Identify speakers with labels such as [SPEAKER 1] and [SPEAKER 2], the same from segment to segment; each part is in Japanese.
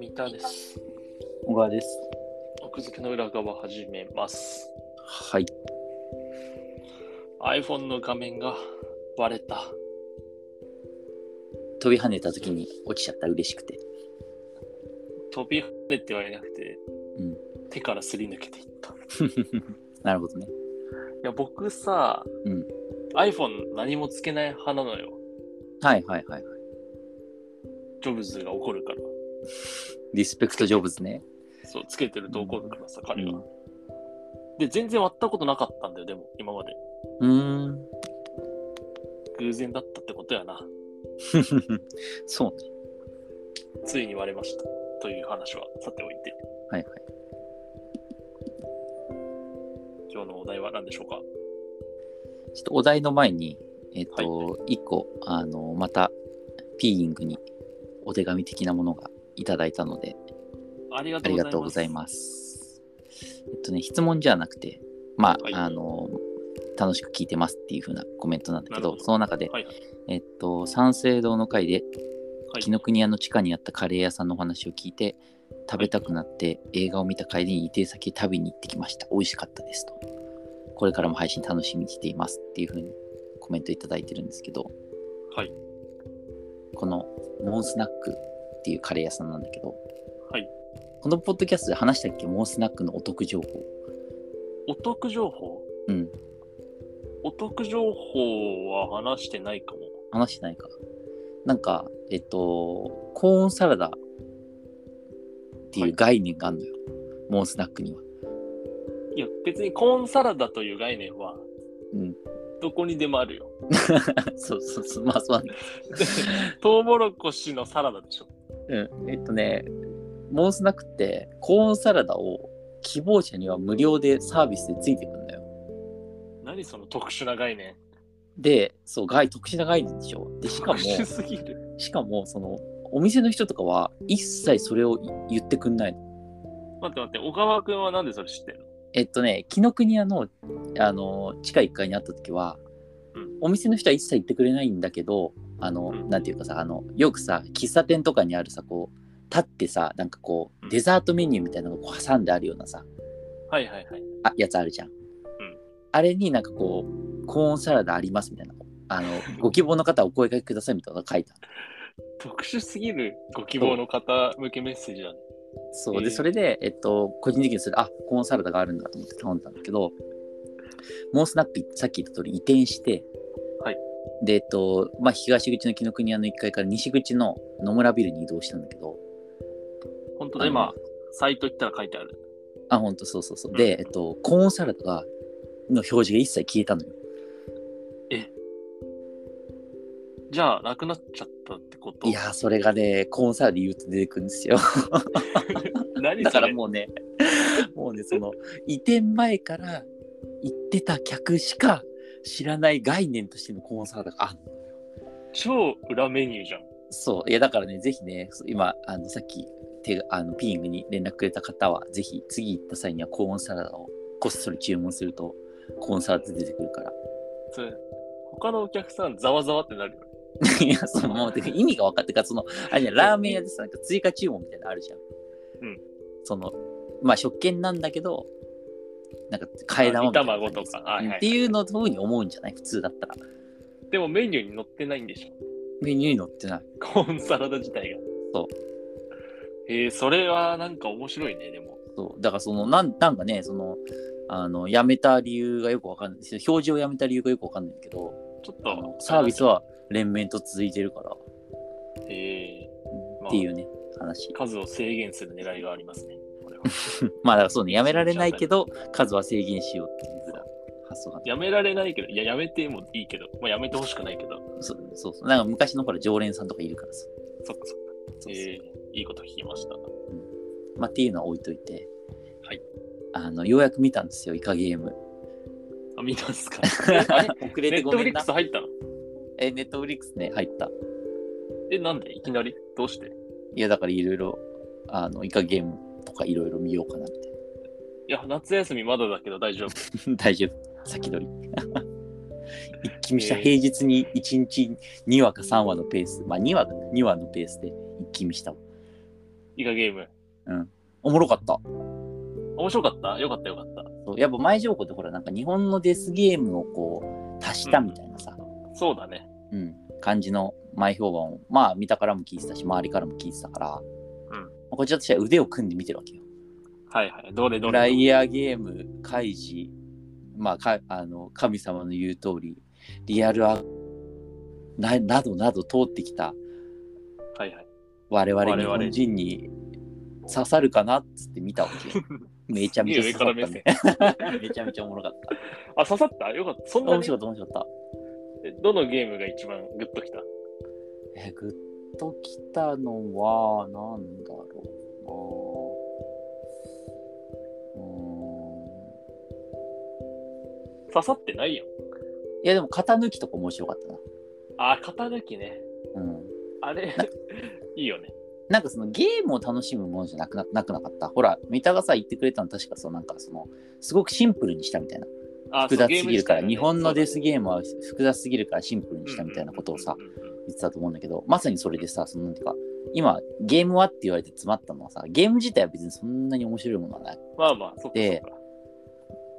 [SPEAKER 1] 三田です。
[SPEAKER 2] 小川です。
[SPEAKER 1] 奥付けの裏側始めます。
[SPEAKER 2] はい。
[SPEAKER 1] iPhone の画面が割れた。
[SPEAKER 2] 飛び跳ねた時に落ちちゃった嬉しくて。
[SPEAKER 1] 飛び跳ねてはいなくて、
[SPEAKER 2] うん
[SPEAKER 1] 手からすり抜けていった。い
[SPEAKER 2] なるほどね。
[SPEAKER 1] や、僕さ、
[SPEAKER 2] うん
[SPEAKER 1] iPhone 何もつけない派なのよ。
[SPEAKER 2] はいはいはいはい。
[SPEAKER 1] ジョブズが怒るから。
[SPEAKER 2] リスペクトジョブズね。
[SPEAKER 1] そう、つけてると怒るからさ、
[SPEAKER 2] う
[SPEAKER 1] 彼が
[SPEAKER 2] ん。。
[SPEAKER 1] で、全然割ったことなかったんだよ、でも、今まで。
[SPEAKER 2] うーん。
[SPEAKER 1] 偶然だったってことやな。
[SPEAKER 2] そうね。
[SPEAKER 1] ついに割れました。という話はさておいて、
[SPEAKER 2] はいはい。
[SPEAKER 1] 今日のお題は何でしょうか
[SPEAKER 2] ちょっとお題の前に、えっ、と、一、個、あの、また、ピーイングにお手紙的なものがいただいたので、
[SPEAKER 1] ありが
[SPEAKER 2] ありがとうございます。えっとね、質問じゃなくて、まあ、
[SPEAKER 1] はい
[SPEAKER 2] あの、楽しく聞いてますっていう風なコメントなんだけ
[SPEAKER 1] なる
[SPEAKER 2] ど、
[SPEAKER 1] ほど
[SPEAKER 2] その中で、
[SPEAKER 1] はいはい。
[SPEAKER 2] えっと、三省堂の会で、
[SPEAKER 1] はい
[SPEAKER 2] 紀ノ国屋の地下にあったカレー屋さんのお話を聞いて食べたくなって映画を見た帰りに移転先へ食べに行ってきました美味しかったですとこれからも配信楽しみにしていますっていう風にコメントいただいてるんですけど
[SPEAKER 1] はい
[SPEAKER 2] このモンスナックっていうカレー屋さんなんだけど
[SPEAKER 1] はい
[SPEAKER 2] このポッドキャストで話したっけモンスナックのお得情報
[SPEAKER 1] お得情報
[SPEAKER 2] うん
[SPEAKER 1] お得情報は話してないかも。
[SPEAKER 2] 話してないかなんかえっとコーンサラダっていう概念があるのよ、モンスナックにはい
[SPEAKER 1] や、別にコーンサラダという概念は、
[SPEAKER 2] うん
[SPEAKER 1] どこにでもあ るよ。
[SPEAKER 2] そうそうそう、まあそうなんだ
[SPEAKER 1] トウモロコシのサラダでしょ。
[SPEAKER 2] うん。えっとね、モンスナックって、コーンサラダを希望者には無料でサービスでついてくんだよ。
[SPEAKER 1] 何その特殊な概念。
[SPEAKER 2] で、そう、外特殊な概念でしょ。で、しか
[SPEAKER 1] 特
[SPEAKER 2] も、
[SPEAKER 1] 殊すぎる。
[SPEAKER 2] しかも、その、お店の人とかは一切それを言ってくんないの。
[SPEAKER 1] 待って待って、小川くんはなんでそれ知ってるの
[SPEAKER 2] えっとね、紀ノ国屋の、あの、地下1階にあった時は、
[SPEAKER 1] うん
[SPEAKER 2] お店の人は一切言ってくれないんだけど、あの、
[SPEAKER 1] うん
[SPEAKER 2] なんていうかさ、あの、よくさ、喫茶店とかにあるさ、こう、立ってさ、なんかこ
[SPEAKER 1] う
[SPEAKER 2] う、
[SPEAKER 1] ん
[SPEAKER 2] デザートメニューみたいなのがこう挟んであるようなさ、
[SPEAKER 1] はいはいはい。
[SPEAKER 2] あやつあるじゃん。あれになんかこう、コーンサラダありますみたいな。あの、ご希望の方はお声掛けくださいみたいなのが書いた。
[SPEAKER 1] 特殊すぎるご希望の方向けメッセージだね。
[SPEAKER 2] そ
[SPEAKER 1] へ
[SPEAKER 2] う
[SPEAKER 1] え
[SPEAKER 2] で、それで、えっと、個人的にそれ、あコーンサラダがあるんだと思って頼んだんだけど、モンスナック、さっき言った通り移転して、
[SPEAKER 1] はい。
[SPEAKER 2] で、えっと、まあ、東口の紀ノ国屋の1階から西口の野村ビルに移動したんだけど、
[SPEAKER 1] 本当だ、今、サイト行ったら書いてある。
[SPEAKER 2] あ、ほんと、そうそうそう。
[SPEAKER 1] うん
[SPEAKER 2] で、えっと、コーンサラダが、の表示が一切消えたのよ。
[SPEAKER 1] じゃあ、なくなっちゃったってこと。
[SPEAKER 2] いやー、それがね、コーンサラダ言うと出てくるんですよ。
[SPEAKER 1] 何
[SPEAKER 2] だ
[SPEAKER 1] そ
[SPEAKER 2] か
[SPEAKER 1] れ
[SPEAKER 2] らもうね、もうね、その移転前から行ってた客しか知らない概念としてのコーンサラダがあんの
[SPEAKER 1] 超裏メニューじゃん。
[SPEAKER 2] そう、いやだからね、ぜひね、そう今、あのさっき手があのピーイングに連絡くれた方は、ぜひ次行った際にはコーンサラダをこっそり注文すると、コーンサラダ出てくるから。
[SPEAKER 1] それ他のお客さんざわざわってなるよね。
[SPEAKER 2] いや、そのもうてか意味が分かってるから、その、あれじゃんラーメン屋でさ、なんか追加注文みたいなのあるじゃん。
[SPEAKER 1] うん。
[SPEAKER 2] その、まあ、食券なんだけど、なんか替え玉みたいな
[SPEAKER 1] あ煮卵
[SPEAKER 2] 感
[SPEAKER 1] と
[SPEAKER 2] じ
[SPEAKER 1] かはいはい
[SPEAKER 2] っていうのをそういうふうに思うんじゃない普通だったら。
[SPEAKER 1] でもメニューに載ってないんでしょ。
[SPEAKER 2] メニューに載ってない。
[SPEAKER 1] コーンサラダ自体が。
[SPEAKER 2] そう。
[SPEAKER 1] えー、それはなんか面白いね、でも。
[SPEAKER 2] そう。だから、その、なんなんかね、その、あの、やめた理由がよく分かんないですよ。表示をやめた理由がよく分かんないけど、
[SPEAKER 1] ちょっ
[SPEAKER 2] あ
[SPEAKER 1] と
[SPEAKER 2] の。サービスは連綿と続いてるから、
[SPEAKER 1] えまあ
[SPEAKER 2] っていうね、話
[SPEAKER 1] ー、。数を制限する狙いがありますね。これは
[SPEAKER 2] まあ、だからそうね、やめられないけど、数は制限しようっていうふうな発想が
[SPEAKER 1] やめられないけど、いや、やめてもいいけど、まあ、やめてほしくないけど、
[SPEAKER 2] そうそうそう。なんか昔のほら常連さんとかいるからさ。
[SPEAKER 1] そっかそっか。
[SPEAKER 2] そうそう
[SPEAKER 1] えー、いいこと聞きました。
[SPEAKER 2] まあっていうのは置いといて。
[SPEAKER 1] はい。
[SPEAKER 2] あの、ようやく見たんですよ、イカゲーム。
[SPEAKER 1] あ、見たんすか
[SPEAKER 2] あ
[SPEAKER 1] あ
[SPEAKER 2] れ
[SPEAKER 1] れ
[SPEAKER 2] 遅れ
[SPEAKER 1] ネ
[SPEAKER 2] て
[SPEAKER 1] ッ
[SPEAKER 2] ご
[SPEAKER 1] トフ
[SPEAKER 2] め
[SPEAKER 1] リ
[SPEAKER 2] ん
[SPEAKER 1] ック
[SPEAKER 2] な
[SPEAKER 1] ス。入ったの
[SPEAKER 2] え、ネットフリックスね、入った。
[SPEAKER 1] え、なんでいきなりどうして
[SPEAKER 2] いや、だからいろいろ、あの、イカゲームとかいろいろ見ようかなって。
[SPEAKER 1] いや、夏休みまだだけど大丈夫。
[SPEAKER 2] 大丈夫。先取り。 一気見した平日に1日2話か3話のペース、まあ2話かな、2話のペースで一気見したわ。
[SPEAKER 1] イカゲーム。
[SPEAKER 2] おもろかった。
[SPEAKER 1] 面白かったよかったよかった。
[SPEAKER 2] そうやっぱ前情報ってほら、なんか日本のデスゲームをこう、足したみたいなさ、
[SPEAKER 1] そうだね。
[SPEAKER 2] うん、感じの前評判を、まあ見たからも聞いてたし、周りからも聞いてたから、
[SPEAKER 1] うん
[SPEAKER 2] まあこっちらとしては腕を組んで見てるわけよ。
[SPEAKER 1] はいはい。どれど
[SPEAKER 2] フ
[SPEAKER 1] れ。
[SPEAKER 2] ライヤーゲーム、カイジ、まあ、かあの神様の言う通り、リアルアななどなど通ってきた
[SPEAKER 1] はいはい。
[SPEAKER 2] 我々
[SPEAKER 1] 我
[SPEAKER 2] 日
[SPEAKER 1] 々
[SPEAKER 2] 本人に刺さるかなっつって見たわ けよ。めちゃめちゃ刺さった、ね。 めちゃめちゃおもろかった。
[SPEAKER 1] あ、刺さったよかった。そんな
[SPEAKER 2] 面
[SPEAKER 1] に
[SPEAKER 2] 白かった、面白かっ
[SPEAKER 1] えどのゲームが一番グッときた
[SPEAKER 2] た。え、グッときたのは、なんだろうな。う
[SPEAKER 1] 刺さってないよ。
[SPEAKER 2] ーんいや、でも、型抜きとか面白かったな。
[SPEAKER 1] あ、肩抜きね。
[SPEAKER 2] うん。
[SPEAKER 1] あれ、 いいよね。
[SPEAKER 2] なんかそのゲームを楽しむものじゃなくななくなかった。ほら、三田がさ、言ってくれたの確かそう、なんかその、すごくシンプルにしたみたいな。
[SPEAKER 1] あ
[SPEAKER 2] 複雑すぎるから、
[SPEAKER 1] そう
[SPEAKER 2] 日
[SPEAKER 1] ゲーム自体がね
[SPEAKER 2] 本のデスゲームは複雑すぎるからシンプルにしたみたいなことをさ、
[SPEAKER 1] うんうんうんうんうん
[SPEAKER 2] 言ってたと思うんだけど、まさにそれでさ、そのなんていうか、今、ゲームはって言われて詰まったのはさ、ゲーム自体は別にそんなに面白いものはない。
[SPEAKER 1] まあまあ、そっかそっ
[SPEAKER 2] で
[SPEAKER 1] か。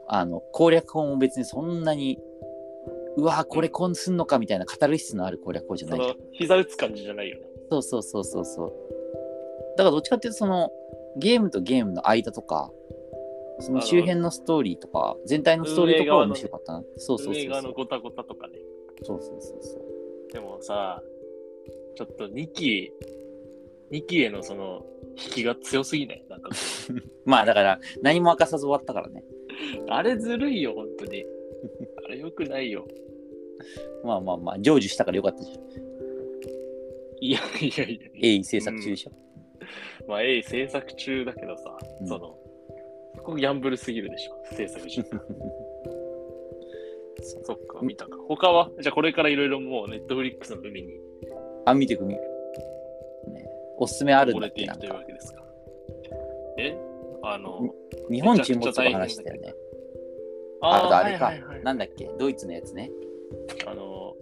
[SPEAKER 2] あの、攻略法も別にそんなに、うわーこれこんすんのかみたいなカタルシスのある攻略法じゃな
[SPEAKER 1] そ
[SPEAKER 2] いじゃん
[SPEAKER 1] の、膝打つ感じじゃないよね。
[SPEAKER 2] そうそうそうそうそう。だからどっちかっていうとそのゲームとゲームの間とか、その周辺のストーリーとか、全体のストーリーとかは面白かったな。そうそうそう
[SPEAKER 1] 映
[SPEAKER 2] そう。
[SPEAKER 1] 画
[SPEAKER 2] そ
[SPEAKER 1] の
[SPEAKER 2] う
[SPEAKER 1] ゴタゴタとかね。
[SPEAKER 2] そうそうそう。
[SPEAKER 1] でもさ、ちょっと2期、2期へのその、引きが強すぎないなんか、
[SPEAKER 2] まあだから何も明かさず終わったからね。
[SPEAKER 1] あれずるいよ、本当 に。あれよくないよ。
[SPEAKER 2] まあまあまあ、成就したからよかったじゃん。
[SPEAKER 1] いやいやいや、
[SPEAKER 2] 鋭意制作中でしょ。
[SPEAKER 1] まあ、A 制作中だけどさ、
[SPEAKER 2] うん
[SPEAKER 1] その、そこギャンブルすぎるでしょ、制作中。
[SPEAKER 2] そう
[SPEAKER 1] そっか、見たか。他はじゃあこれからいろいろもう、ネットフリックスの海に
[SPEAKER 2] あ、見てくみ、ね。おすすめある
[SPEAKER 1] 溺
[SPEAKER 2] んだ
[SPEAKER 1] れ
[SPEAKER 2] ってけ
[SPEAKER 1] い
[SPEAKER 2] な
[SPEAKER 1] く
[SPEAKER 2] ん
[SPEAKER 1] と
[SPEAKER 2] か
[SPEAKER 1] いうわけですか。えあの、
[SPEAKER 2] 日本沈没とか話したよね。あとあれか、
[SPEAKER 1] はいはいはい
[SPEAKER 2] なんだっけ、ドイツのやつね。
[SPEAKER 1] あの、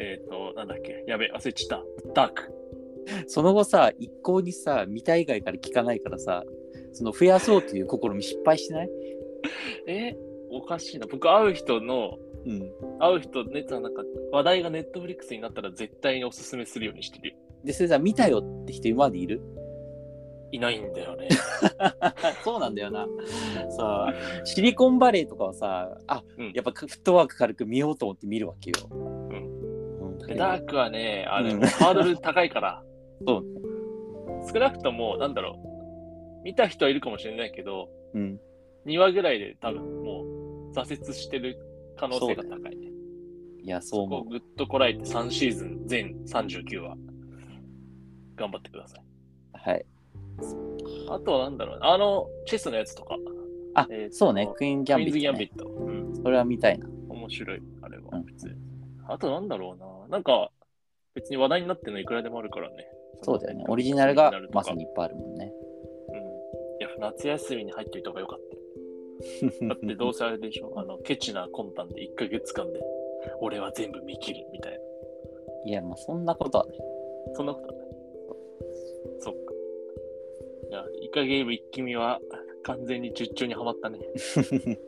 [SPEAKER 1] えっ、と、なんだっけ、やべ、忘れちゃった。ダーク。
[SPEAKER 2] その後さ、一向にさ、見た以外から聞かないからさ、その増やそうという試み失敗しない
[SPEAKER 1] えおかしいな。僕、会う人の、
[SPEAKER 2] うん。
[SPEAKER 1] 会う人、ね、なんか、話題がネットフリックスになったら絶対におすすめするようにしてるよ。
[SPEAKER 2] で、それさ、見たよって人今までいる
[SPEAKER 1] いないんだよね。
[SPEAKER 2] そうなんだよな。さあ、シリコンバレーとかはさ、あ、
[SPEAKER 1] うん
[SPEAKER 2] やっぱフットワーク軽く見ようと思って見るわけよ。うんん。
[SPEAKER 1] でダークはね、あれ、
[SPEAKER 2] うん
[SPEAKER 1] ハードル高いから、
[SPEAKER 2] そう
[SPEAKER 1] 少なくとも、なんだろう、見た人はいるかもしれないけど、
[SPEAKER 2] うん。
[SPEAKER 1] 2話ぐらいで多分もう挫折してる可能性が高いね。
[SPEAKER 2] いや、そう
[SPEAKER 1] そこを
[SPEAKER 2] 思
[SPEAKER 1] ぐっとこらえて3シーズン全39話、頑張ってください。
[SPEAKER 2] う。はい。
[SPEAKER 1] あとはなんだろうなあの、チェスのやつとか、
[SPEAKER 2] あ、
[SPEAKER 1] えーと
[SPEAKER 2] そうね、クイーン・ギャンビッ
[SPEAKER 1] クイーンズ・ギ
[SPEAKER 2] ト、
[SPEAKER 1] ャンビッ
[SPEAKER 2] ね。
[SPEAKER 1] ト。うん
[SPEAKER 2] それは見たいな。
[SPEAKER 1] 面白い、あれ
[SPEAKER 2] う
[SPEAKER 1] は
[SPEAKER 2] ん
[SPEAKER 1] 普通に。あとなんだろうな。なんか、別に話題になってるのいくらでもあるからね。
[SPEAKER 2] そうだよね。オリジナルがまさ
[SPEAKER 1] に。
[SPEAKER 2] にいっぱいあるもんね。
[SPEAKER 1] うん。いや、夏休みに入っておいた方がよかった。だってどうせあれでしょ。あの、ケチな魂胆で1ヶ月間で、俺は全部見切るみたい
[SPEAKER 2] いや、まあそんなことはない。
[SPEAKER 1] な。そんなことはない。そっか。いや、イカゲーム一気見は完全に術中にはまったね。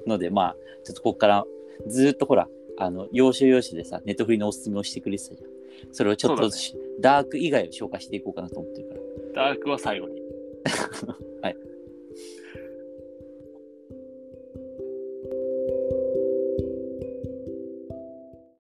[SPEAKER 2] のでまあちょっとここからずーっとほらあの要所要所でさネットフリのおすすめをしてくれてたじゃんそれをちょっと、
[SPEAKER 1] そ
[SPEAKER 2] ダーク以外を紹介していこうかなと思ってるから
[SPEAKER 1] ダークは最後に。
[SPEAKER 2] はい。